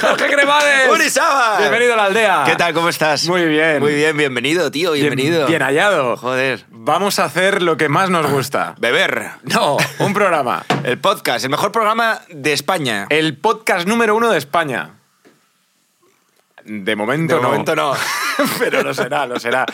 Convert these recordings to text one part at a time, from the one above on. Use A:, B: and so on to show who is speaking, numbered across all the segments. A: Jorge Cremades.
B: Urizábal.
A: Bienvenido a la aldea.
B: ¿Qué tal? ¿Cómo estás?
A: Muy bien.
B: Muy bien, bienvenido, tío,
A: Bien-
B: bienvenido.
A: Bien hallado.
B: Joder. Ah,
A: Vamos a hacer lo que más nos gusta.
B: Beber.
A: No, un programa.
B: El podcast, el mejor programa de España.
A: El podcast número uno de España. De
B: de
A: momento no.
B: momento no.
A: Pero lo será, lo será.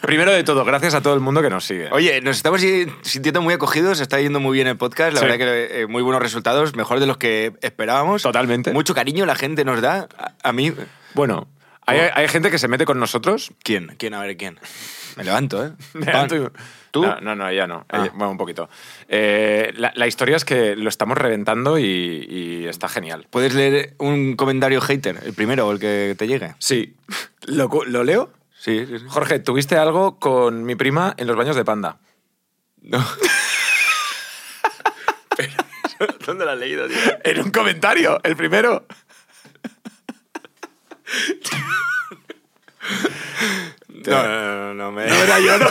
A: Primero de todo, gracias a todo el mundo que nos sigue.
B: Oye, nos estamos i- sintiendo muy acogidos, está yendo muy bien el podcast, la
A: Sí.
B: verdad que eh, muy buenos resultados, mejor de los que esperábamos.
A: Totalmente.
B: Mucho cariño la gente nos da. A, a mí...
A: Bueno, hay, hay gente que se mete con nosotros.
B: ¿Quién? ¿Quién? A ver, ¿quién? Me levanto, ¿eh?
A: Me
B: Pan.
A: levanto y-
B: ¿Tú?
A: No, no, no, ella no.
B: Ah.
A: Ella- bueno, un poquito. Eh, la, la historia es que lo estamos reventando y, y está genial.
B: ¿Puedes leer un comentario hater, el primero o el que te llegue?
A: Sí. ¿Lo, cu- lo leo?
B: Sí, sí, sí.
A: Jorge, tuviste algo con mi prima en los baños de Panda.
B: No. ¿Dónde lo has leído, tío?
A: En un comentario, el primero.
B: No, no, no, no me...
A: yo, ¿no?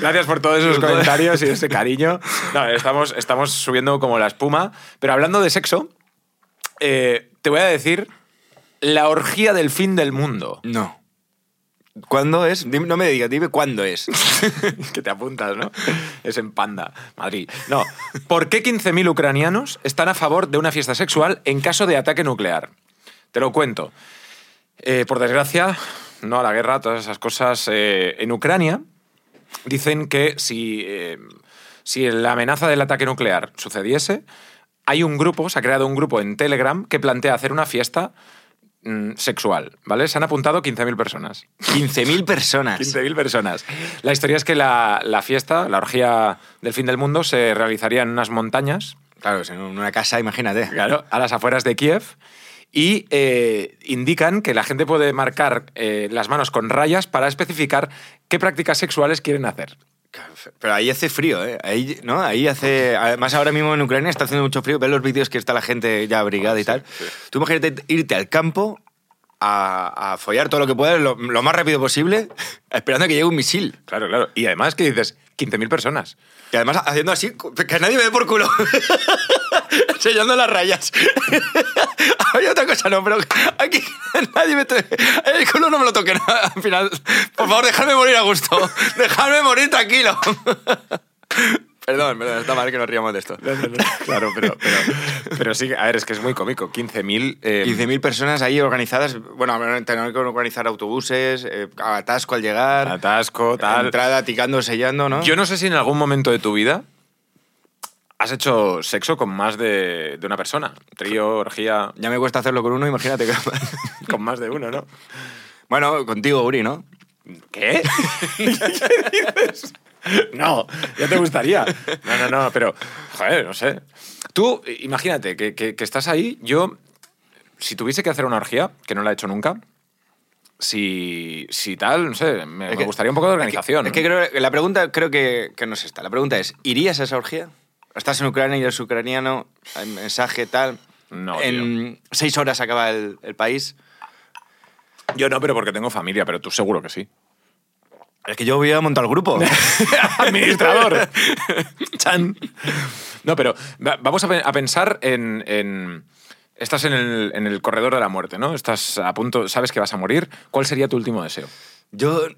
A: Gracias por todos esos comentarios y ese cariño. No, estamos, estamos subiendo como la espuma. Pero hablando de sexo, eh, te voy a decir la orgía del fin del mundo.
B: No. ¿Cuándo es? Dime- no me digas, dime cuándo es.
A: que te apuntas, ¿no? Es en Panda, Madrid. No. ¿Por qué 15.000 ucranianos están a favor de una fiesta sexual en caso de ataque nuclear? Te lo cuento. Eh, por desgracia, no a la guerra, todas esas cosas. eh, en Ucrania dicen que si, eh, si la amenaza del ataque nuclear sucediese, hay un grupo, se ha creado un grupo en Telegram que plantea hacer una fiesta mm, sexual, ¿vale? Se han apuntado 15.000 personas.
B: 15.000 personas.
A: 15.000 personas. La historia es que la, la fiesta, la orgía del fin del mundo, se realizaría en unas montañas,
B: Claro, en una casa, imagínate.
A: claro, a las afueras de Kiev, y eh, indican que la gente puede marcar eh, las manos con rayas para especificar qué prácticas sexuales quieren hacer.
B: Pero ahí hace frío, ¿eh? Ahí, ¿no? ahí hace... Además, ahora mismo en Ucrania está haciendo mucho frío. Ves los vídeos que está la gente ya abrigada y tal. Tú imagínate irte al campo a, a follar todo lo que puedas, lo, lo más rápido posible, esperando a que llegue un misil.
A: Claro, claro. Y además que dices, 15.000 personas.
B: Y además haciendo así, que nadie me dé por culo. Sellando las rayas. Hay otra cosa, no, pero aquí nadie me toque. El culo no me lo toque, ¿no? al final. Por favor, dejadme morir a gusto. Dejadme morir tranquilo. Perdón, perdón, está mal que nos riamos de esto.
A: Claro, pero, pero, pero sí, a ver, es que es muy cómico. 15.000... eh,
B: 15.000 personas ahí organizadas. Bueno, tener que organizar autobuses, eh, atasco al llegar,
A: Atasco, tal.
B: entrada, ticando, sellando, ¿no?
A: Yo no sé si en algún momento de tu vida has hecho sexo con más de, de una persona. Trío, orgía,
B: Ya me cuesta hacerlo con uno, imagínate que...
A: con más de uno, ¿no?
B: Bueno, contigo, Uri, ¿no?
A: ¿Qué? ¿Qué dices? No, ya te gustaría. No, no, no, pero, joder, no sé. Tú, eh, imagínate que, que- que estás ahí. Yo, si tuviese que hacer una orgía, que no la he hecho nunca, si, si tal, no sé, me,
B: Es
A: me
B: que-
A: gustaría un poco de
B: Es que-
A: organización.
B: Es que, creo, la pregunta creo que, que no es esta. La pregunta es, ¿irías a esa orgía? Estás en Ucrania y eres ucraniano, hay mensaje, tal.
A: No,
B: En seis horas acaba el, el país.
A: Yo no, pero porque tengo familia, pero tú seguro que sí.
B: Es que yo voy a montar el grupo.
A: administrador. Chan. No, pero va- vamos a, pe- a pensar en. en- estás en el, en el corredor de la muerte, ¿no? Estás a punto, sabes que vas a morir. ¿Cuál sería tu último deseo?
B: yo,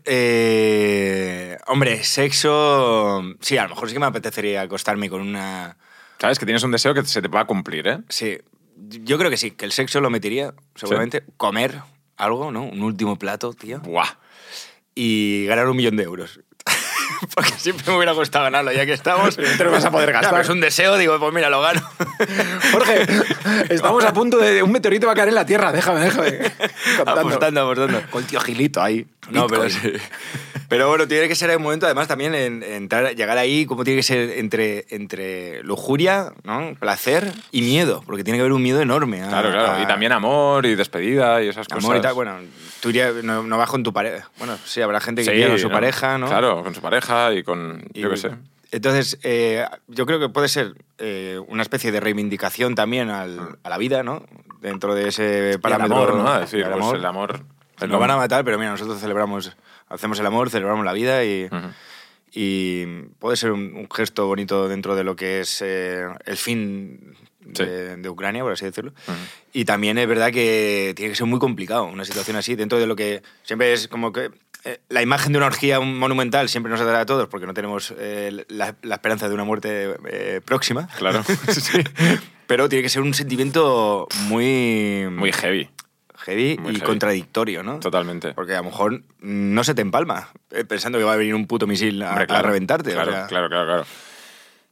B: eh, hombre, sexo... Sí, a lo mejor sí que me apetecería acostarme con una...
A: Sabes que tienes un deseo que se te va a cumplir, ¿eh?
B: Sí, yo creo que sí, que el sexo lo metería, seguramente. Comer algo, ¿no? Un último plato, tío.
A: Buah.
B: y ganar un millón de euros. Porque siempre me hubiera gustado ganarlo, ya que estamos.
A: Pero no te lo vas a poder gastar.
B: Ya, pero Es un deseo, digo, pues mira, lo gano.
A: Jorge, estamos a punto de. Un meteorito va a caer en la Tierra, déjame, déjame.
B: apostando, apostando.
A: Con el tío Gilito ahí.
B: No, pero
A: Bitcoin.
B: sí. Pero bueno, tiene que ser el momento, además, también en- entrar, llegar ahí, como tiene que ser entre, entre lujuria, ¿no? placer y miedo, porque tiene que haber un miedo enorme. a-
A: Claro, claro.
B: a-
A: Y también amor y despedida Ah. y esas cosas.
B: amor y tal. Bueno, tú irías, no, no vas con tu pareja. Bueno, sí, habrá gente que iría con su pareja, ¿no?
A: Claro, con su pareja y con.
B: Y-
A: yo qué sé.
B: Entonces, eh, yo creo que puede ser eh, una especie de reivindicación también al- a la vida, ¿no? Dentro de ese
A: Para Ah. el
B: parámetro.
A: amor, ¿no? A decir,
B: al
A: pues,
B: amor.
A: el amor. el
B: Nos van a
A: hombre.
B: matar, pero mira, nosotros celebramos, hacemos el amor, celebramos la vida y,
A: Ujú.
B: y puede ser un, un gesto bonito dentro de lo que es eh, el fin
A: Sí. Ah.
B: de, de Ucrania, por así decirlo. Y también es verdad que tiene que ser muy complicado una situación así, dentro de lo que siempre es como que eh, la imagen de una orgía monumental siempre nos atrae a todos porque no tenemos eh, la, la esperanza de una muerte eh, próxima.
A: Claro.
B: Sí. Pero tiene que ser un sentimiento muy...
A: Muy heavy.
B: heavy
A: muy
B: y
A: heavy.
B: contradictorio, ¿no?
A: Totalmente.
B: Porque a lo mejor no se te empalma eh, pensando que va a venir un puto misil a,
A: Hombre,
B: a reventarte. o
A: Claro,
B: sea.
A: claro, claro, claro.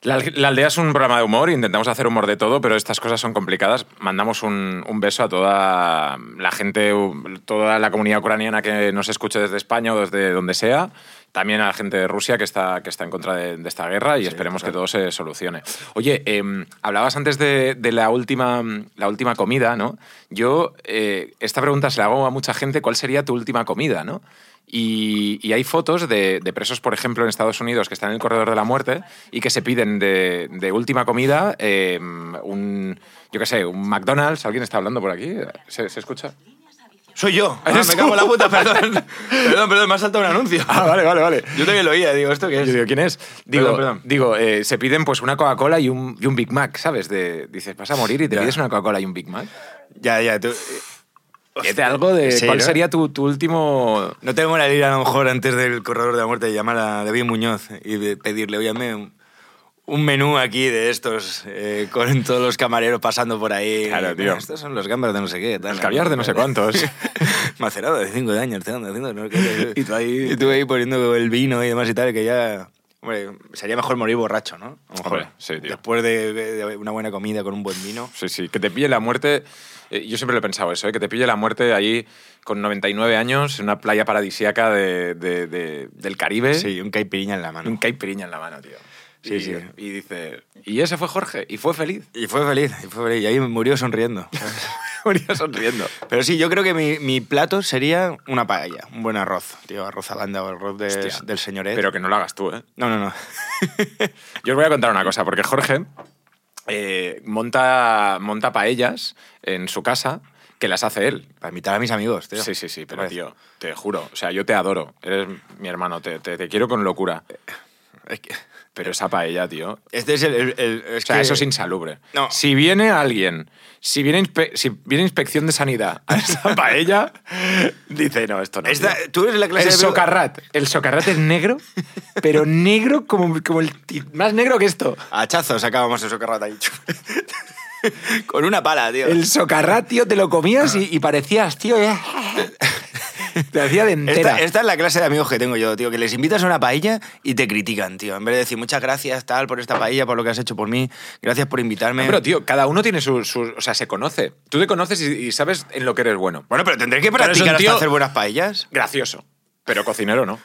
A: La, la aldea es un programa de humor, intentamos hacer humor de todo, pero estas cosas son complicadas. Mandamos un, un beso a toda la gente, u- toda la comunidad ucraniana que nos escuche desde España o desde donde sea. También a la gente de Rusia que está, que está en contra de, de esta guerra y esperemos que todo se solucione. Oye, em, hablabas antes de, de la, última, la última comida, ¿no? Yo eh, esta pregunta se la hago a mucha gente, ¿cuál sería tu última comida, no? Y, y hay fotos de, de presos, por ejemplo, en Estados Unidos que están en el corredor de la muerte y que se piden de, de última comida eh, un, yo qué sé, un McDonald's. ¿Alguien está hablando por aquí? ¿Se, se escucha?
B: Soy yo. Ah,
A: ¿Eres
B: me
A: tú?
B: cago en la puta, perdón. perdón, perdón, me ha saltado un anuncio.
A: Ah, vale, vale, vale.
B: Yo también lo oía, digo, ¿esto qué es?
A: Yo digo, ¿quién es? Digo,
B: Perdón, perdón.
A: digo eh, se piden pues una Coca-Cola y un, y un Big Mac, ¿sabes? De, dices, vas a morir y te
B: Ya.
A: pides una Coca-Cola y un Big Mac.
B: Ya, ya, tú.
A: Pídete algo de
B: Sí,
A: cuál
B: ¿no?
A: sería tu, tu último...
B: No tengo la ir a lo mejor antes del corredor de la muerte de llamar a David Muñoz y de pedirle, oye, hazme un, un menú aquí de estos, eh, con todos los camareros pasando por ahí.
A: Claro,
B: Eh,
A: tío.
B: Estos son los gambas de no sé qué. tal".
A: El caviar de no sé cuántos.
B: Macerado de 5 años, te ando haciendo. no sé qué.
A: Y tú ahí-
B: Y tú ahí poniendo el vino y demás y tal, que ya. Hombre, sería mejor morir borracho, ¿no? A lo mejor.
A: Hombre, sí, tío.
B: Después de, de una buena comida con un buen vino.
A: Sí, sí, que te pille la muerte. eh, yo siempre lo he pensado eso, eh, que te pille la muerte ahí con 99 años en una playa paradisíaca de, de- de- del Caribe.
B: Sí, un caipiriña en la
A: y
B: mano.
A: Un caipiriña en la mano, tío.
B: Sí,
A: y,
B: sí.
A: Y dice, y ese fue Jorge, y fue feliz.
B: Y fue feliz, y fue feliz. Y ahí murió sonriendo.
A: Venía sonriendo.
B: Pero sí, yo creo que mi, mi plato sería una paella, un buen arroz, tío, arroz alanda o arroz de-
A: Hostia.
B: del señor Ed.
A: Pero que no lo hagas tú, ¿eh?
B: No, no, no.
A: Yo os voy a contar una cosa, porque Jorge eh, monta, monta paellas en su casa que las hace él.
B: Para invitar a mis amigos, tío.
A: Sí, sí, sí,
B: ¿Te
A: pero
B: parece?
A: tío, te juro, o sea, yo te adoro, eres mi hermano, te, te- te quiero con locura,
B: Es que-
A: pero esa paella, tío,
B: este es el... el- el- es
A: O sea,
B: que-
A: eso es insalubre.
B: No.
A: Si viene alguien, si viene, inspe- si viene inspección de sanidad a esa paella, dice, no, esto no.
B: Esta-
A: tío".
B: tú eres la clase
A: el
B: de...
A: socarrat. El socarrat es negro, pero negro como, como el... ti- Más negro que esto.
B: Hachazos acabamos eso que rata ahí. Con una pala, tío.
A: El socarrat, tío, te lo comías y, y parecías, tío, ya... Te hacía de entera.
B: Esta, esta es la clase de amigos que tengo yo, tío, que les invitas a una paella y te critican, tío. En vez de decir muchas gracias, tal, por esta paella, por lo que has hecho por mí, gracias por invitarme.
A: Pero, tío, cada uno tiene sus... o sea, se conoce. Tú te conoces y, y sabes en lo que eres bueno.
B: bueno, pero tendré que
A: Pero es un
B: practicar hasta
A: tío-
B: hacer buenas paellas.
A: Gracioso. Pero cocinero no.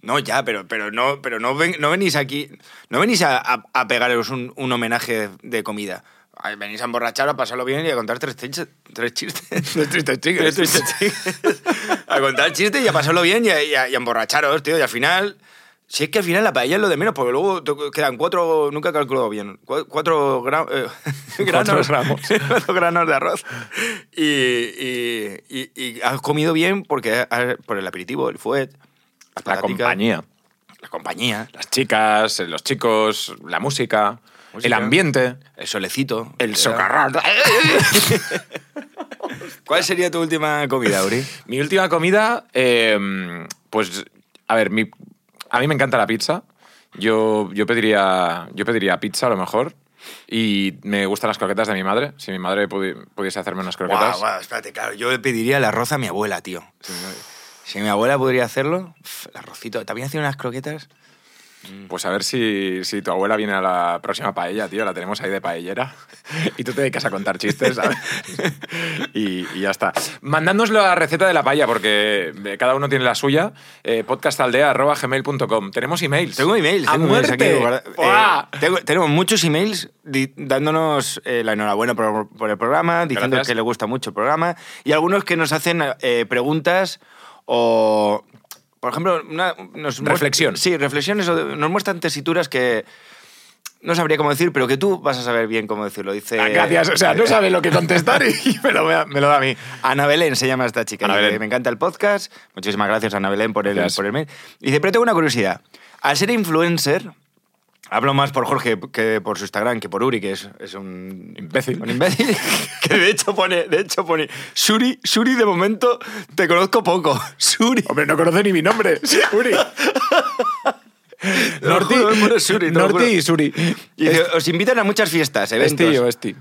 B: No, ya, pero, pero no, pero no, ven- no venís aquí, no venís a, a- a pegaros un, un homenaje de comida. Ay, venís a emborracharos, a pasarlo bien y a contar tres, chistes- tres chistes.
A: Tres tristes
B: Tres tristes chistes. a contar chistes y a pasarlo bien y a, y a- y a emborracharos, tío. Y al final, si es que al final la paella es lo de menos, porque luego te quedan cuatro, nunca he calculado bien, cua- cuatro, gra- eh, granos,
A: gramos.
B: cuatro granos de arroz. Y, y- y- y has comido bien porque has- por el aperitivo, el fuet. las
A: La
B: pataticas.
A: compañía.
B: La compañía,
A: Las chicas, eh, los chicos, la música,
B: Música.
A: el ambiente,
B: el solecito.
A: el
B: Era-
A: socarrat.
B: ¿Cuál sería tu última comida, Uri?
A: Mi última comida, eh, pues, a ver, mi- a mí me encanta la pizza. Yo, yo, pediría, yo pediría pizza a lo mejor. Y me gustan las croquetas de mi madre. Si mi madre pudi- pudiese hacerme unas
B: Guau,
A: croquetas.
B: guau, espérate, claro. Yo le pediría el arroz a mi abuela, tío. Si, si mi abuela podría hacerlo, pf, el arrocito. También hacía unas croquetas.
A: Pues a ver si, si tu abuela viene a la próxima paella, tío. La tenemos ahí de paellera. Y tú te dedicas a contar chistes, ¿sabes? Y, y ya está. Mandadnos la receta de la paella, porque eh, cada uno tiene la suya. Eh, podcastaldea.gmail.com. Tenemos emails.
B: Tengo emails.
A: ¡A
B: tengo emails aquí
A: muerte!
B: guarda-
A: ¡Buah!
B: eh, tengo- tenemos muchos emails di- dándonos eh, la enhorabuena por, por el programa, diciendo
A: Gracias.
B: que le gusta mucho el programa, y algunos que nos hacen eh, preguntas o, por ejemplo, una, nos muest-
A: Reflexión.
B: Sí, reflexiones. o Nos muestran tesituras que no sabría cómo decir, pero que tú vas a saber bien cómo decirlo. Dice,
A: Ah, Gracias. O sea,
B: eh,
A: no sabe lo que contestar y y me lo, me lo da a mí.
B: Ana Belén se llama esta chica.
A: Ana
B: Dice,
A: Belén.
B: Me encanta el podcast. Muchísimas gracias, Ana Belén, por el,
A: Gracias.
B: por el mail. Dice, pero tengo una curiosidad. Al ser influencer, Hablo más por Jorge que por su Instagram, que por Uri, que es, es un
A: Imbécil.
B: Un imbécil. que de hecho pone, de hecho pone, Suri, Suri, de momento te conozco poco. Suri.
A: Hombre, no conoce ni mi nombre. Uri.
B: Te lo
A: Norti,
B: juro, me pone Suri, te lo
A: Norti
B: juro.
A: y Suri.
B: Y dice, os invitan a muchas fiestas, eventos.
A: Esti o Esti.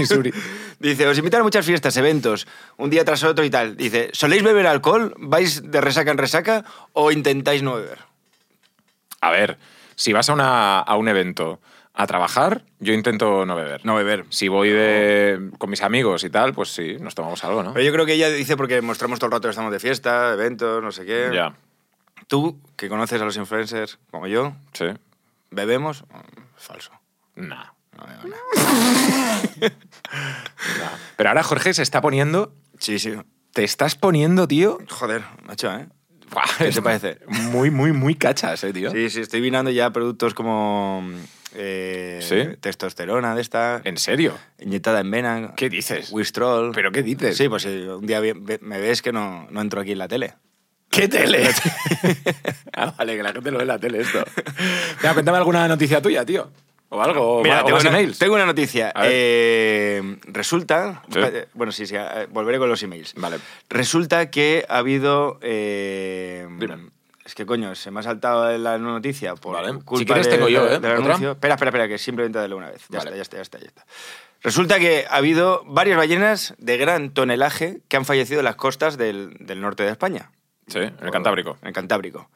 A: Y Suri.
B: Dice, os invitan a muchas fiestas, eventos, un día tras otro y tal. Dice, ¿soléis beber alcohol? ¿Vais de resaca en resaca o intentáis no beber?
A: A ver, si vas a, una- a un evento a trabajar, yo intento no beber.
B: No beber.
A: Si voy de, con mis amigos y tal, pues sí, nos tomamos algo, ¿no?
B: Pero yo creo que ella dice porque mostramos todo el rato que estamos de fiesta, eventos, no sé qué.
A: Ya,
B: Tú, que conoces a los influencers como yo,
A: sí.
B: ¿bebemos? Mm, Falso.
A: Nah.
B: No bebo nada.
A: Pero ahora Jorge se está poniendo...
B: Sí, sí.
A: Te estás poniendo, tío...
B: Joder, macho, ¿eh?
A: Buah,
B: ¿Qué te parece?
A: Muy, muy, muy cachas, eh, tío.
B: Sí, sí, estoy vinando ya productos como eh,
A: ¿Sí?
B: testosterona de esta,
A: ¿En serio?
B: inyectada en vena.
A: ¿Qué dices?
B: Wistrol.
A: ¿Pero qué dices?
B: Sí, pues si un día vi- ve- me ves que no, no entro aquí en la tele.
A: ¿Qué tele? ah, vale, que la gente lo ve en la tele esto. Mira, cuéntame alguna noticia tuya, tío. O algo. o va- o
B: tengo
A: más
B: una,
A: emails.
B: tengo una noticia.
A: A ver.
B: Eh, resulta...
A: Sí.
B: espérate, Bueno, sí, sí, eh, volveré con los emails.
A: Vale.
B: Resulta que ha habido... eh,
A: Dime.
B: Es que, coño, se me ha saltado la noticia por
A: Vale.
B: culpa
A: Si quieres
B: de-
A: tengo yo,
B: de-
A: ¿eh?
B: del
A: ¿Otra?
B: anuncio. Espera, espera, espera, que simplemente dale una vez. Ya
A: Vale.
B: está, ya está, ya está, ya está. Resulta que ha habido varias ballenas de gran tonelaje que han fallecido en las costas del- del norte de España.
A: Sí, en el Cantábrico.
B: En el Cantábrico.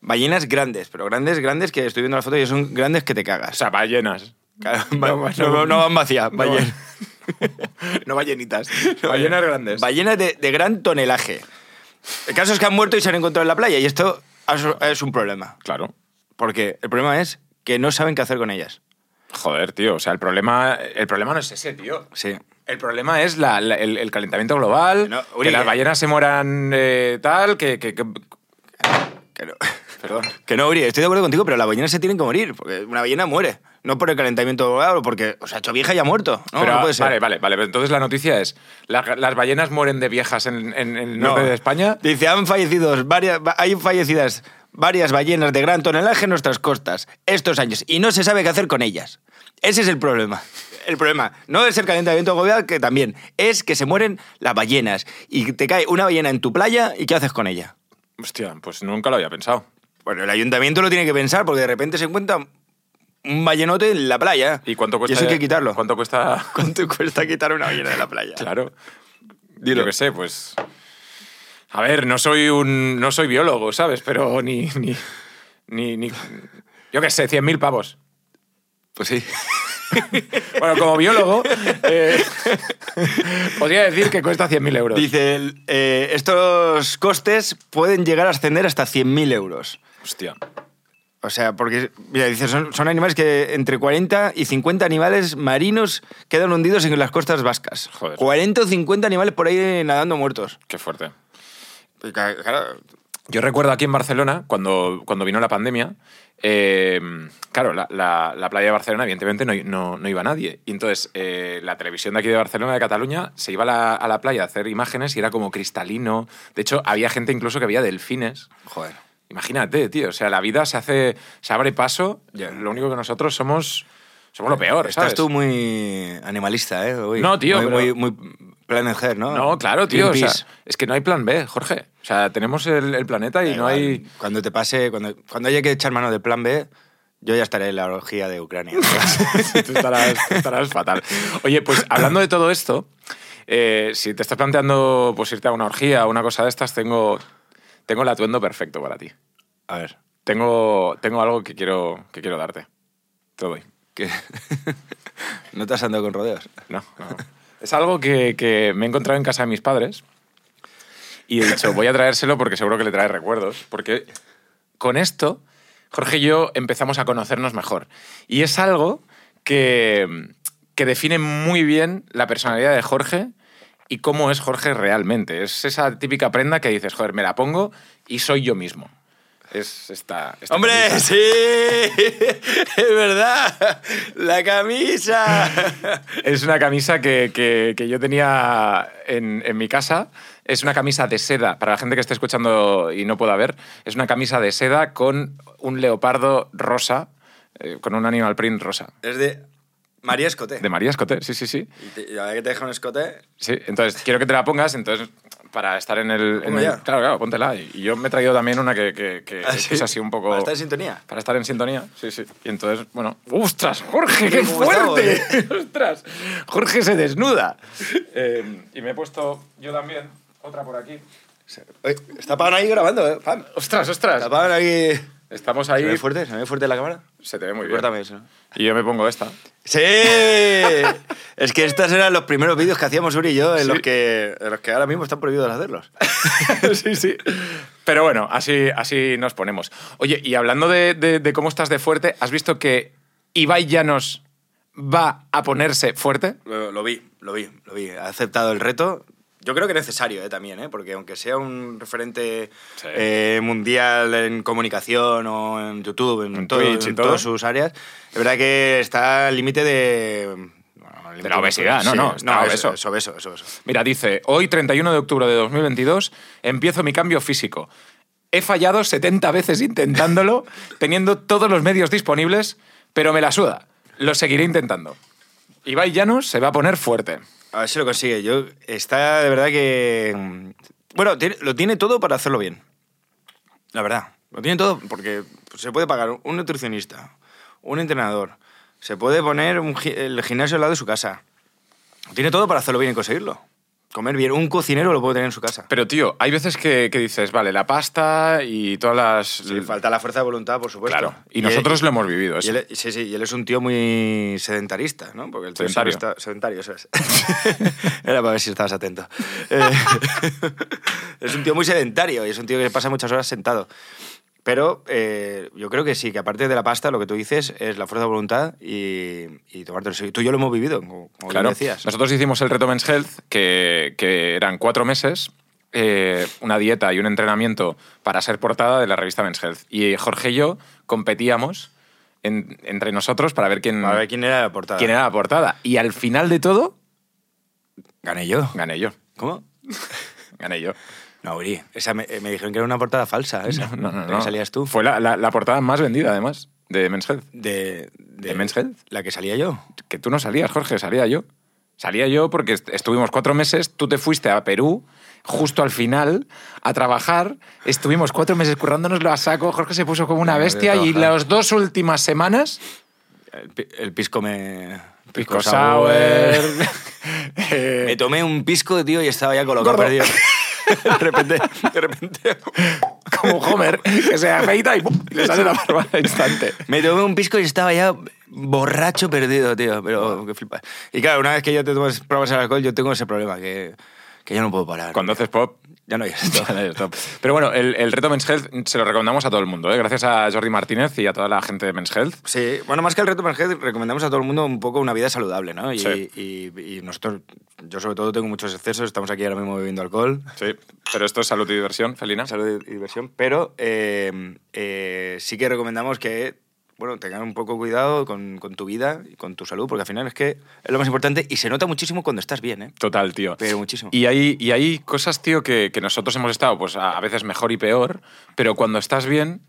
B: Ballenas grandes, pero grandes, grandes, que estoy viendo las fotos y son grandes que te
A: O
B: cagas.
A: sea, ballenas.
B: Claro,
A: no,
B: va-
A: no,
B: no, no van vacías, ballenas.
A: no ballenitas. Ballenas grandes.
B: Ballenas de, de gran tonelaje. El caso es que han muerto y se han encontrado en la playa y esto es, es un problema.
A: claro.
B: Porque el problema es que no saben qué hacer con ellas.
A: Joder, tío. O sea, el problema, el problema no es ese, tío.
B: Sí.
A: El problema es la- la- el, el calentamiento global,
B: No,
A: que
B: Uri,
A: las
B: eh.
A: ballenas se mueran eh, tal, que, que- que-
B: Que no, perdón. Que no, Uri, estoy de acuerdo contigo, pero las ballenas se tienen que morir. Porque una ballena muere. No por el calentamiento global, o porque se ha hecho vieja y ha muerto. No,
A: Pero,
B: no puede ser.
A: Vale, vale, vale. pero Entonces la noticia es, ¿la- ¿las ballenas mueren de viejas en, en- en el norte de España?
B: Dice, han fallecido varias, va- hay fallecidas varias ballenas de gran tonelaje en nuestras costas estos años y no se sabe qué hacer con ellas. Ese es el problema. El problema no es el calentamiento global, que también es que se mueren las ballenas y te cae una ballena en tu playa y ¿qué haces con ella?
A: Hostia, pues nunca lo había pensado.
B: Bueno, el ayuntamiento lo tiene que pensar porque de repente se encuentra un ballenote en la playa.
A: ¿Y cuánto cuesta?
B: eso hay que quitarlo.
A: ¿Cuánto cuesta?
B: ¿Cuánto cuesta quitar una ballena de la playa?
A: Claro.
B: Dilo.
A: Yo qué sé, pues. A ver, no soy un. No soy biólogo, ¿sabes? Pero ni. ni, ni, ni- yo qué sé, 100.000 pavos.
B: Pues sí.
A: Bueno, como biólogo, eh, podría decir que cuesta 100.000 euros.
B: Dice, el- eh, estos costes pueden llegar a ascender hasta 100.000 euros.
A: Hostia.
B: O sea, porque, mira, dice, son, son animales que entre 40 y 50 animales marinos quedan hundidos en las costas vascas.
A: Joder.
B: 40 o 50 animales por ahí nadando muertos.
A: Qué fuerte.
B: Y ca- claro,
A: Yo recuerdo aquí en Barcelona, cuando, cuando vino la pandemia, eh, claro, la, la- la playa de Barcelona, evidentemente, no, no- no iba nadie. Y entonces, eh, la televisión de aquí de Barcelona, de Cataluña, se iba a la, a la playa a hacer imágenes y era como cristalino. De hecho, había gente incluso que veía delfines.
B: Joder.
A: Imagínate, tío. O sea, la vida se hace, se abre paso.
B: Ya.
A: Lo único que nosotros somos, somos lo peor,
B: Estás
A: ¿sabes?
B: tú muy animalista, ¿eh? hoy.
A: No, tío,
B: Muy,
A: pero-
B: muy, muy Planet Her, ¿no?
A: No, claro, tío. O sea,
B: Greenpeace.
A: es que no hay plan B, Jorge. O sea, tenemos el, el planeta y
B: Da
A: no
B: igual.
A: hay...
B: Cuando te pase, cuando, cuando haya que echar mano del plan B, yo ya estaré en la orgía de Ucrania.
A: tú, estarás, tú estarás fatal. Oye, pues hablando de todo esto, eh, si te estás planteando pues, irte a una orgía o una cosa de estas, tengo, tengo el atuendo perfecto para ti.
B: a ver.
A: Tengo, tengo algo que quiero, que quiero darte. Te lo doy.
B: que no te has andado con rodeos.
A: No, no. Es algo que, que me he encontrado en casa de mis padres y he dicho, voy a traérselo porque seguro que le trae recuerdos. Porque con esto, Jorge y yo empezamos a conocernos mejor. Y es algo que, que define muy bien la personalidad de Jorge y cómo es Jorge realmente. Es esa típica prenda que dices, joder, me la pongo y soy yo mismo. Es esta. esta
B: ¡Hombre,
A: camisa.
B: sí! ¡Es verdad! ¡La camisa!
A: Es una camisa que, que- que yo tenía en, en mi casa. Es una camisa de seda, para la gente que esté escuchando y no pueda ver. Es una camisa de seda con un leopardo rosa eh, con un animal print rosa.
B: Es de María Escote.
A: De Eh, María Escote, sí, sí, sí.
B: Y, te- y la verdad que te deja un escote.
A: Sí, entonces quiero que te la pongas, entonces para estar en el... en
B: Hombre,
A: el-
B: ya.
A: claro, claro, póntela. Y y yo me he traído también una que, que- que
B: Así,
A: es así un poco...
B: Para estar en sintonía.
A: para estar en sintonía, sí, sí. Y entonces, bueno, ¡ostras, Jorge, qué
B: Gustavo,
A: fuerte! ¡Ostras! Jorge se desnuda. Eh, y me he puesto yo también otra por aquí.
B: Oye, está Pavan ahí grabando, ¿eh? Pavan.
A: ¡Ostras,
B: Está
A: ostras!
B: Pavan ahí.
A: Estamos
B: ¿Se
A: ahí.
B: ve fuerte? ¿Se ve fuerte la cámara?
A: Se te ve muy bien.
B: Córtame eso.
A: Y yo me pongo esta.
B: ¡Sí! es que estos eran los primeros vídeos que hacíamos Uri y yo, en,
A: Sí.
B: los que, en los que ahora mismo están prohibidos hacerlos.
A: sí, sí. Pero bueno, así, así nos ponemos. Oye, y hablando de, de- de cómo estás de fuerte, ¿has visto que Ibai Llanos va a ponerse fuerte?
B: Lo, lo vi, lo vi, lo vi. Ha aceptado el reto. Yo creo que necesario eh, también, ¿eh? porque aunque sea un referente
A: Sí.
B: eh, mundial en comunicación o en YouTube, en,
A: En
B: todo-
A: Twitch y
B: en
A: todo.
B: todas sus áreas, es verdad que está al límite de... bueno, al límite
A: obesidad, no, no, está
B: no,
A: obeso.
B: Es, es obeso, es obeso.
A: Mira, dice, hoy 31 de octubre de 2022 empiezo mi cambio físico. He fallado 70 veces intentándolo, teniendo todos los medios disponibles, pero me la suda. Lo seguiré intentando. Ibai Llanos se va a poner fuerte.
B: A ver si lo consigue. Yo, está de verdad que. mm, Bueno, tiene- lo tiene todo para hacerlo bien. La verdad. Lo tiene todo porque se puede pagar un nutricionista, un entrenador, se puede poner un gi- el gimnasio al lado de su casa. Lo tiene todo para hacerlo bien y conseguirlo. Comer bien. Un cocinero lo puede tener en su casa.
A: Pero tío, hay veces que, que dices, vale, la pasta y todas las...
B: Sí, falta la fuerza de voluntad, por supuesto.
A: claro. Y, nosotros lo hemos vivido.
B: Y
A: eso.
B: él, sí, sí, y él es un tío muy sedentarista, ¿no? Porque el tío
A: Sedentario.
B: siempre está- sedentario, eso es. Era para ver si estabas atento. Eh, es un tío muy sedentario y es un tío que pasa muchas horas sentado. Pero eh, yo creo que sí, que aparte de la pasta, lo que tú dices es la fuerza de voluntad y, y tomarte Tú y yo lo hemos vivido, como, como bien
A: Claro.
B: decías.
A: Nosotros hicimos el reto Men's Health, que, que eran cuatro meses, eh, una dieta y un entrenamiento para ser portada de la revista Men's Health. Y Jorge y yo competíamos en- entre nosotros para ver quién,
B: A ver quién era la portada.
A: quién era la portada. Y al final de todo,
B: Gané yo.
A: gané yo.
B: ¿Cómo?
A: Gané yo.
B: No, Uri, esa me, eh, me dijeron que era una portada falsa. Esa.
A: No, no,
B: ¿De
A: no.
B: que salías tú?
A: Fue la, la- la portada más vendida, además, de Men's Health.
B: De, de,
A: ¿De Men's Health?
B: La que salía yo.
A: Que tú no salías, Jorge, salía yo. Salía yo porque est- estuvimos cuatro meses, tú te fuiste a Perú justo al final a trabajar, estuvimos cuatro meses currándonoslo a saco, Jorge se puso como una
B: Me voy a
A: bestia y
B: trabajar.
A: las dos últimas semanas,
B: El, pi- el pisco me.
A: Pisco Sour, eh,
B: Me tomé un pisco, tío, y estaba ya colocado
A: Gordo.
B: perdido. De repente, de repente.
A: como Homer, que se afeita y ¡pum! le sale la barba al instante.
B: Me tomé un pisco y estaba ya borracho perdido, tío. Pero que flipas. Y claro, una vez que yo te tomas pruebas al alcohol, yo tengo ese problema, que, que yo no puedo parar.
A: Cuando haces pop,
B: Ya no hay esto.
A: Pero bueno, el, el reto Men's Health se lo recomendamos a todo el mundo, ¿eh? gracias a Jordi Martínez y a toda la gente de Men's Health.
B: Sí, bueno, más que el reto Merged, recomendamos a todo el mundo un poco una vida saludable, ¿no? Y,
A: Sí.
B: y- y nosotros, yo sobre todo tengo muchos excesos, estamos aquí ahora mismo bebiendo alcohol,
A: Sí, pero esto es salud y diversión, Felina.
B: salud y diversión, pero eh, eh, sí que recomendamos que bueno, tengan un poco cuidado con, con tu vida y con tu salud, porque al final es que es lo más importante y se nota muchísimo cuando estás bien, ¿eh?
A: Total, tío.
B: Pero muchísimo.
A: Y hay, y hay cosas, tío, que, que nosotros hemos estado, pues a a veces mejor y peor, pero cuando estás bien,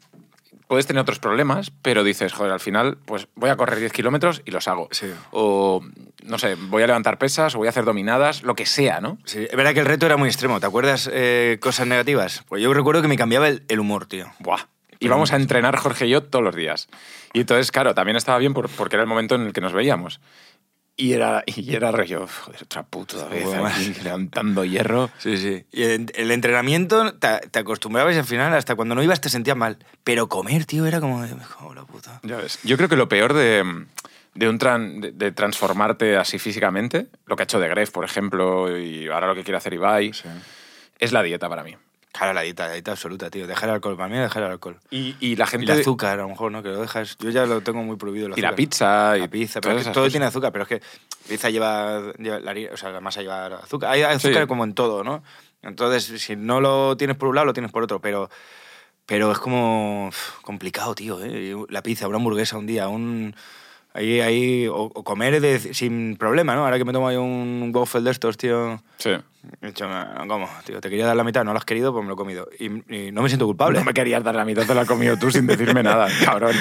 A: puedes tener otros problemas, pero dices, joder, al final, pues voy a correr 10 kilómetros y los hago.
B: Sí.
A: O, no sé, voy a levantar pesas, o voy a hacer dominadas, lo que sea, ¿no?
B: Sí, es verdad que el reto era muy extremo, ¿te acuerdas eh, cosas negativas? Pues yo recuerdo que me cambiaba el, el humor, tío.
A: Buah. Y vamos a entrenar Jorge y yo todos los días. Y entonces, claro, también estaba bien por- porque era el momento en el que nos veíamos. Y era, y era rollo, joder, otra puta vez
B: Joder,
A: aquí levantando hierro.
B: Sí, sí. Y el, el entrenamiento te, te acostumbrabas y al final hasta cuando no ibas te sentías mal. Pero comer, tío, era como... de, "Me cago en la puta.
A: Ya ves. Yo creo que lo peor de, de un tran- de, de transformarte así físicamente, lo que ha hecho de Gref, por ejemplo, y ahora lo que quiere hacer Ibai, es la dieta para mí.
B: Claro, la dieta, la dieta absoluta, tío. Dejar el alcohol, para mí dejar el alcohol.
A: Y, y la gente...
B: Y el azúcar, a lo mejor, ¿no? Que lo dejas. Yo ya lo tengo muy prohibido. el
A: Y la
B: azúcar.
A: pizza, y
B: La pizza,
A: todas
B: pero es que
A: esas
B: todo
A: cosas.
B: tiene azúcar, pero es que pizza lleva, lleva la harina, o sea, la masa lleva azúcar. Hay azúcar
A: Sí.
B: como en todo, ¿no? Entonces, si no lo tienes por un lado, lo tienes por otro, pero, pero es como uf, complicado, tío. ¿eh? La pizza, una hamburguesa un día, un... Ahí, ahí, o, o comer de- sin problema, ¿no? Ahora que me tomo yo un waffle de estos, tío.
A: Sí.
B: He dicho, "No, ¿cómo? Tío, te quería dar la mitad, no lo has querido, pues me lo he comido. Y, y no me siento culpable.
A: No me querías dar la mitad, te la has comido tú sin decirme nada, cabrón.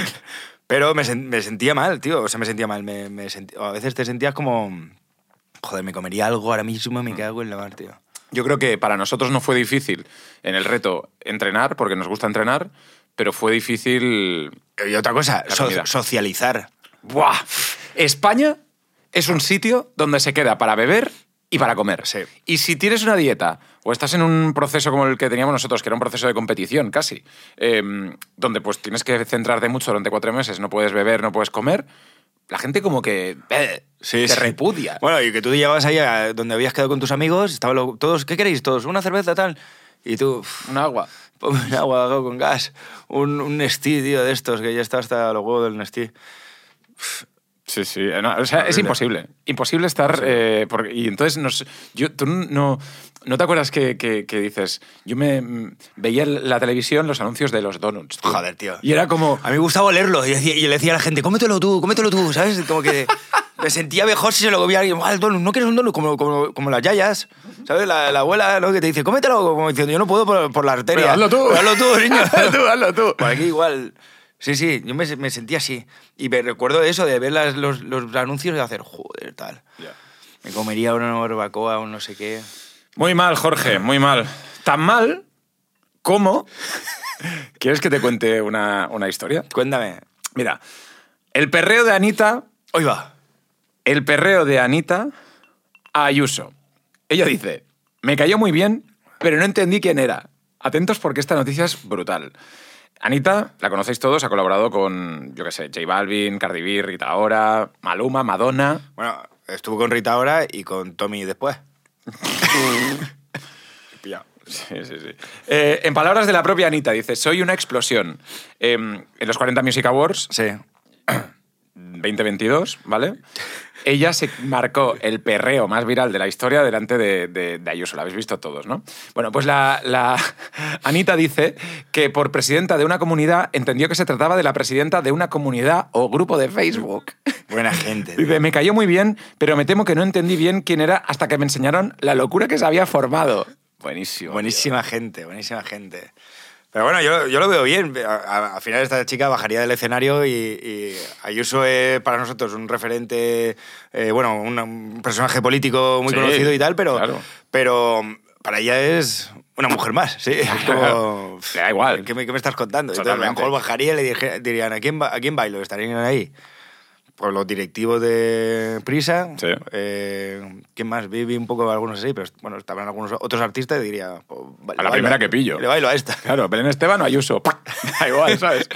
B: Pero me, sen- me sentía mal, tío. O sea, me sentía mal. Me, me sent- o a veces te sentías como. Joder, me comería algo ahora mismo, me cago en la mar, tío.
A: Yo creo que para nosotros no fue difícil en el reto entrenar, porque nos gusta entrenar, pero fue difícil.
B: Y otra cosa,
A: La
B: so-
A: comida.
B: socializar.
A: ¡Buah! España es un sitio donde se queda para beber y para comer.
B: Sí.
A: Y si tienes una dieta o estás en un proceso como el que teníamos nosotros, que era un proceso de competición casi, em, donde pues tienes que centrarte mucho durante cuatro meses, no puedes beber, no puedes comer, la gente como que eh, te repudia.
B: Bueno, y que tú llegabas ahí a donde habías quedado con tus amigos, estaban lo- todos, ¿qué queréis? Todos, una cerveza, tal. Y tú, "Uf,
A: Un agua.
B: ponme un agua algo con gas, un, un Nestí, tío, de estos, que ya está hasta los huevos del Nestí.
A: Sí, sí. eh, no, o sea, es
B: Horrible.
A: imposible. Imposible estar. eh, por- y entonces, nos, yo, tú no, no te acuerdas que, que- que dices. Yo me mm, veía en la televisión los anuncios de los donuts. tío.
B: Joder, tío.
A: Y era como.
B: A mí me gustaba olerlo y, decía- y le decía a la gente, cómetelo tú, cómetelo tú, ¿sabes? Como que me sentía mejor si se lo comía alguien. "Ah, el donut, ¿No quieres un donut? Como, como, como las yayas, ¿sabes? La, la abuela ¿no? que te dice, cómetelo, como diciendo, yo no puedo por, por la arteria.
A: Pero hazlo tú.
B: Pero hazlo tú, niño.
A: Hazlo tú, hazlo tú.
B: Por aquí igual. Sí, sí, yo me, me sentía así. Y me recuerdo de eso, de ver las- los, los anuncios y hacer, joder, tal. Me comería una barbacoa, un no sé qué.
A: Muy mal, Jorge, muy mal. Tan mal como. ¿Quieres que te cuente una, una historia?
B: Cuéntame.
A: Mira, el perreo de Anita.
B: Hoy va.
A: El perreo de Anita a Ayuso. Ella dice, me cayó muy bien, pero no entendí quién era. Atentos porque esta noticia es brutal. Anita, la conocéis todos, ha colaborado con, yo qué sé, J Balvin, Cardi B, Rita Ora, Maluma, Madonna.
B: Bueno, estuvo con Rita ahora y con Tommy después. Pillado.
A: Sí, sí, sí. Eh, en palabras de la propia Anita, dice, soy una explosión. Em, en los 40 Music Awards
B: Sí.
A: 2022, ¿vale? Ella se marcó el perreo más viral de la historia delante de, de- de Ayuso, lo habéis visto todos, ¿no? Bueno, pues la, la- Anita dice que por presidenta de una comunidad entendió que se trataba de la presidenta de una comunidad o grupo de Facebook.
B: Buena gente. tío.
A: Dice, me cayó muy bien, pero me temo que no entendí bien quién era hasta que me enseñaron la locura que se había formado. Buenísimo.
B: Buenísima gente, buenísima gente. Pero bueno, yo, yo lo veo bien. A- a- Al final esta chica bajaría del escenario y, y Ayuso es para nosotros un referente, eh, bueno, un, un personaje político muy
A: Sí,
B: conocido y tal, pero,
A: claro.
B: pero para ella es una mujer más, sí. Es como,
A: Le da igual.
B: ¿Qué me, qué me estás contando? Entonces, a lo
A: Totalmente.
B: mejor bajaría y le dije- dirían, ¿a quién, ba- ¿a quién bailo? Estarían ahí. Pues los directivos de Prisa,
A: Sí.
B: eh, ¿Quién más? Vi, vi un poco algunos así, pero bueno, estaban algunos otros artistas y diría. pues, va- le
A: la primera que pillo.
B: Le bailo a esta.
A: Claro, Belén Esteban o Ayuso. Da igual, ¿sabes?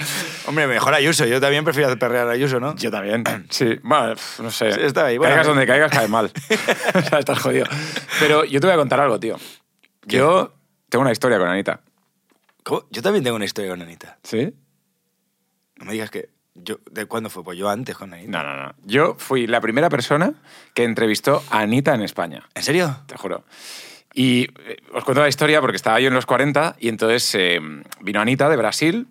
B: Hombre, mejor a Ayuso. Yo también prefiero hacer perrear a Ayuso, ¿no?
A: Yo también. Sí, bueno, pf, no sé.
B: Sí, está ahí, bueno. eh.
A: caigas donde caigas, cae mal. o sea, estás jodido. Pero yo te voy a contar algo, tío. Yo tengo una historia con Anita.
B: ¿Cómo? Yo también tengo una historia con Anita.
A: ¿Sí?
B: No me digas que. Yo, ¿De cuándo fue? Pues yo antes con Anita.
A: No, no, no. Yo fui la primera persona que entrevistó a Anita en España.
B: ¿En serio?
A: te juro. Y eh, os cuento la historia porque estaba yo en los 40 y entonces eh, vino Anita de Brasil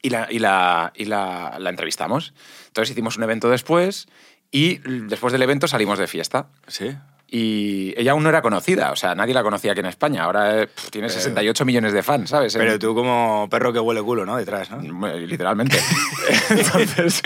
A: y, la, y, la, y la- la entrevistamos. Entonces hicimos un evento después y l- después del evento salimos de fiesta.
B: Sí.
A: Y ella aún no era conocida, o sea, nadie la conocía aquí en España. Ahora eh, pf, tiene 68 millones de fans, ¿sabes? En-
B: Pero tú como perro que huele culo, ¿no? Detrás, ¿no?
A: bueno, Literalmente. entonces,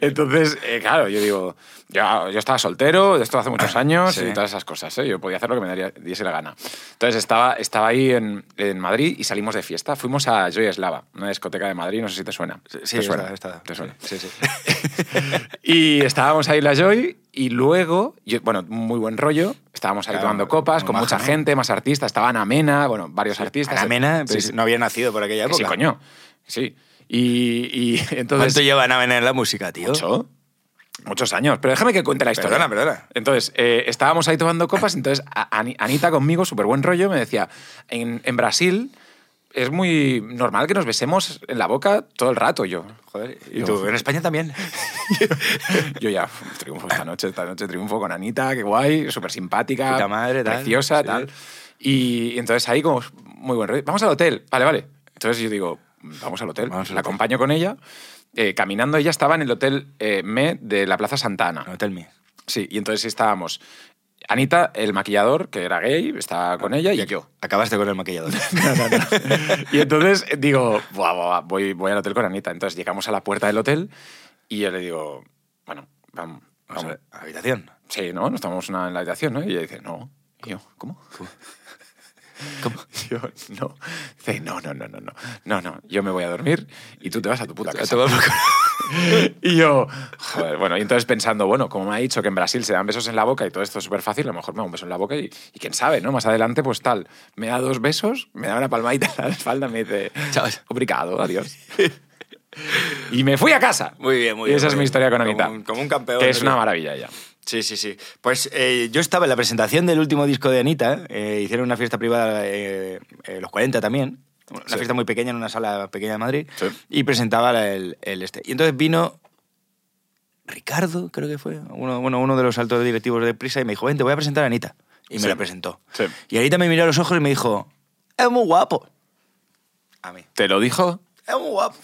A: entonces eh, claro, yo digo, ya- yo, estaba soltero, esto hace muchos años
B: Sí.
A: y todas esas cosas, ¿eh? yo podía hacer lo que me daría- diese la gana. Entonces estaba, estaba ahí en, en Madrid y salimos de fiesta, fuimos a Joy Slava, una discoteca de Madrid, no sé si te suena.
B: Sí,
A: ¿Te
B: está,
A: suena?
B: está.
A: ¿Te suena?
B: Sí, sí.
A: Y estábamos ahí la Joy y luego, yo- bueno, muy buen rollo, estábamos ahí
B: Claro,
A: tomando copas
B: muy
A: con
B: maja,
A: mucha
B: ¿no?
A: gente, más artistas, estaban Amena, bueno, varios artistas.
B: Ana Mena,
A: Sí,
B: pero
A: sí.
B: no había nacido por aquella
A: Que
B: época.
A: sí, coño. Sí. Y, y entonces...
B: ¿Cuánto lleva Ana Mena en la música, tío?
A: Mucho. Muchos años. Pero déjame que cuente la historia.
B: Perdona, perdona.
A: Entonces, eh, estábamos ahí tomando copas, entonces a- Ani- Anita conmigo, súper buen rollo, me decía, en, en Brasil es muy normal que nos besemos en la boca todo el rato yo.
B: Joder. Y tú, en España también.
A: Yo ya uf, triunfo esta noche, esta noche triunfo con Anita, qué guay, súper simpática,
B: Puta madre, tal.
A: preciosa,
B: Sí.
A: tal. Y, y entonces ahí como muy buen rollo. Vamos al hotel, vale, vale. Entonces yo digo, vamos al hotel,
B: Vamos al
A: la
B: hotel.
A: acompaño con ella. Eh, caminando,
B: Ah.
A: ella estaba en el hotel eh, Me de la Plaza Santana.
B: No, tell me.
A: Sí, y entonces estábamos Anita, el maquillador, que era gay, estaba
B: Ah,
A: con ella y yo.
B: Acabaste con el maquillador.
A: Y entonces eh, digo, "Buah, buah, buah, voy, voy al hotel con Anita. Entonces llegamos a la puerta del hotel y yo le digo, bueno, vamos.
B: Vamos a
A: vamos.
B: ver, habitación.
A: Sí, ¿no? Nos tomamos una en la habitación, ¿no? Y ella dice, no. Y yo, ¿cómo?
B: ¿Cómo?
A: Y Yo, no. Dice, no, no, no, no, no. No, no, yo me voy a dormir y tú te vas a tu puta
B: A
A: casa.
B: tomar por culo.
A: Y yo, joder, bueno, y entonces pensando, bueno, como me ha dicho que en Brasil se dan besos en la boca y todo esto es súper fácil, a lo mejor me da un beso en la boca y, y quién sabe, ¿no? Más adelante, pues tal, me da dos besos, me da una palmadita en la espalda, me dice,
B: Chao.
A: obrigado, adiós. Y me fui a casa.
B: Muy bien, muy
A: Y
B: bien.
A: esa
B: muy
A: es mi
B: bien.
A: historia con Anita.
B: Como un, como un campeón.
A: Que es
B: ¿no?
A: una maravilla ya.
B: Sí, sí, sí. Pues eh, yo estaba en la presentación del último disco de Anita. eh, hicieron una fiesta privada, eh, eh, los 40 también. Una
A: Sí.
B: fiesta muy pequeña en una sala pequeña de Madrid.
A: Sí.
B: Y presentaba el, el este. Y entonces vino Ricardo, creo que fue, uno, bueno, uno de los altos directivos de Prisa, y me dijo, ven, te voy a presentar a Anita. Y me
A: Sí.
B: la presentó.
A: Sí.
B: Y Anita me miró a los ojos y me dijo, es muy guapo. A mí.
A: ¿Te lo dijo?
B: Es muy guapo.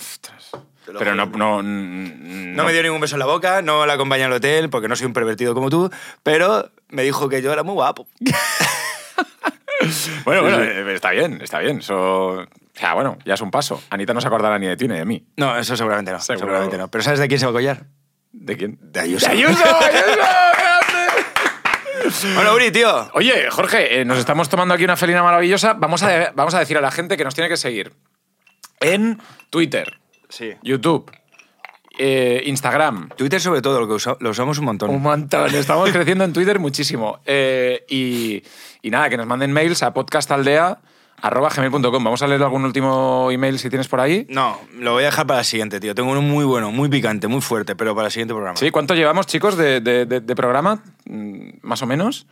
B: Te lo
A: Pero no,
B: juro.
A: no, no,
B: No me dio ningún beso en la boca, no la acompañé al hotel porque no soy un pervertido como tú, pero me dijo que yo era muy guapo.
A: Bueno, bueno,
B: Sí,
A: eh, está bien, está bien. Eso, o sea, bueno, ya es un paso. Anita no se acordará ni de ti ni de mí.
B: No, eso seguramente no.
A: Seguro.
B: Seguramente no. Pero ¿sabes de quién se va a collar?
A: ¿De quién?
B: De Ayuso.
A: ¡De Ayuso! ¡Ayuso! ¡Grande!
B: Bueno, Uri, tío.
A: Oye, Jorge, eh, nos estamos tomando aquí una felina maravillosa. Vamos a, vamos a decir a la gente que nos tiene que seguir en Twitter,
B: Sí.
A: YouTube, eh, Instagram.
B: Twitter sobre todo, lo, que usa- lo usamos un montón.
A: Un montón. Estamos creciendo en Twitter muchísimo. Eh, y, y nada, que nos manden mails a podcastaldea.gmail.com. Vamos a leer algún último email si tienes por ahí.
B: No, lo voy a dejar para la siguiente, tío. Tengo uno muy bueno, muy picante, muy fuerte, pero para el siguiente programa.
A: Sí, ¿cuánto llevamos, chicos, de, de- de- de programa? Mm, Más o menos.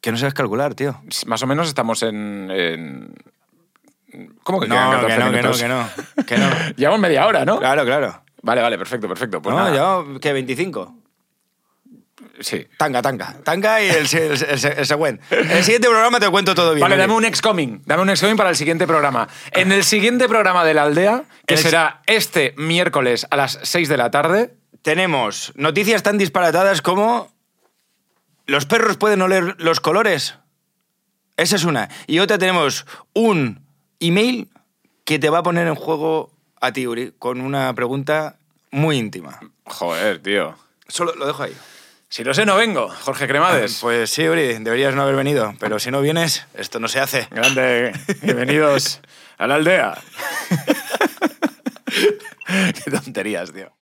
B: Que no sabes calcular, tío.
A: Más o menos estamos en. en- ¿Cómo que Pues quedan
B: No, que
A: 14
B: no, que no,
A: minutos?
B: que no. Que no.
A: Llevamos media hora, ¿no?
B: Claro, claro.
A: Vale, vale, perfecto, perfecto. Pues
B: no,
A: nada.
B: llevamos, ¿qué? ¿25?
A: Sí.
B: Tanga, tanga. Tanga y el, se- el, se- el següent. El siguiente programa te cuento todo bien.
A: Vale,
B: Uri.
A: dame un excoming. Dame un excoming para el siguiente programa. En el siguiente programa de la aldea, que
B: El-
A: será este miércoles a las 6 de la tarde.
B: Tenemos noticias tan disparatadas como los perros pueden oler los colores. Esa es una. Y otra tenemos un email que te va a poner en juego a ti, Uri, con una pregunta muy íntima.
A: Joder, tío.
B: Solo lo dejo ahí.
A: Si lo sé, no vengo. Jorge Cremades.
B: Pues sí, Uri, deberías no haber venido, pero si no vienes, esto no se hace.
A: Grande. Bienvenidos a la aldea. Qué tonterías, tío.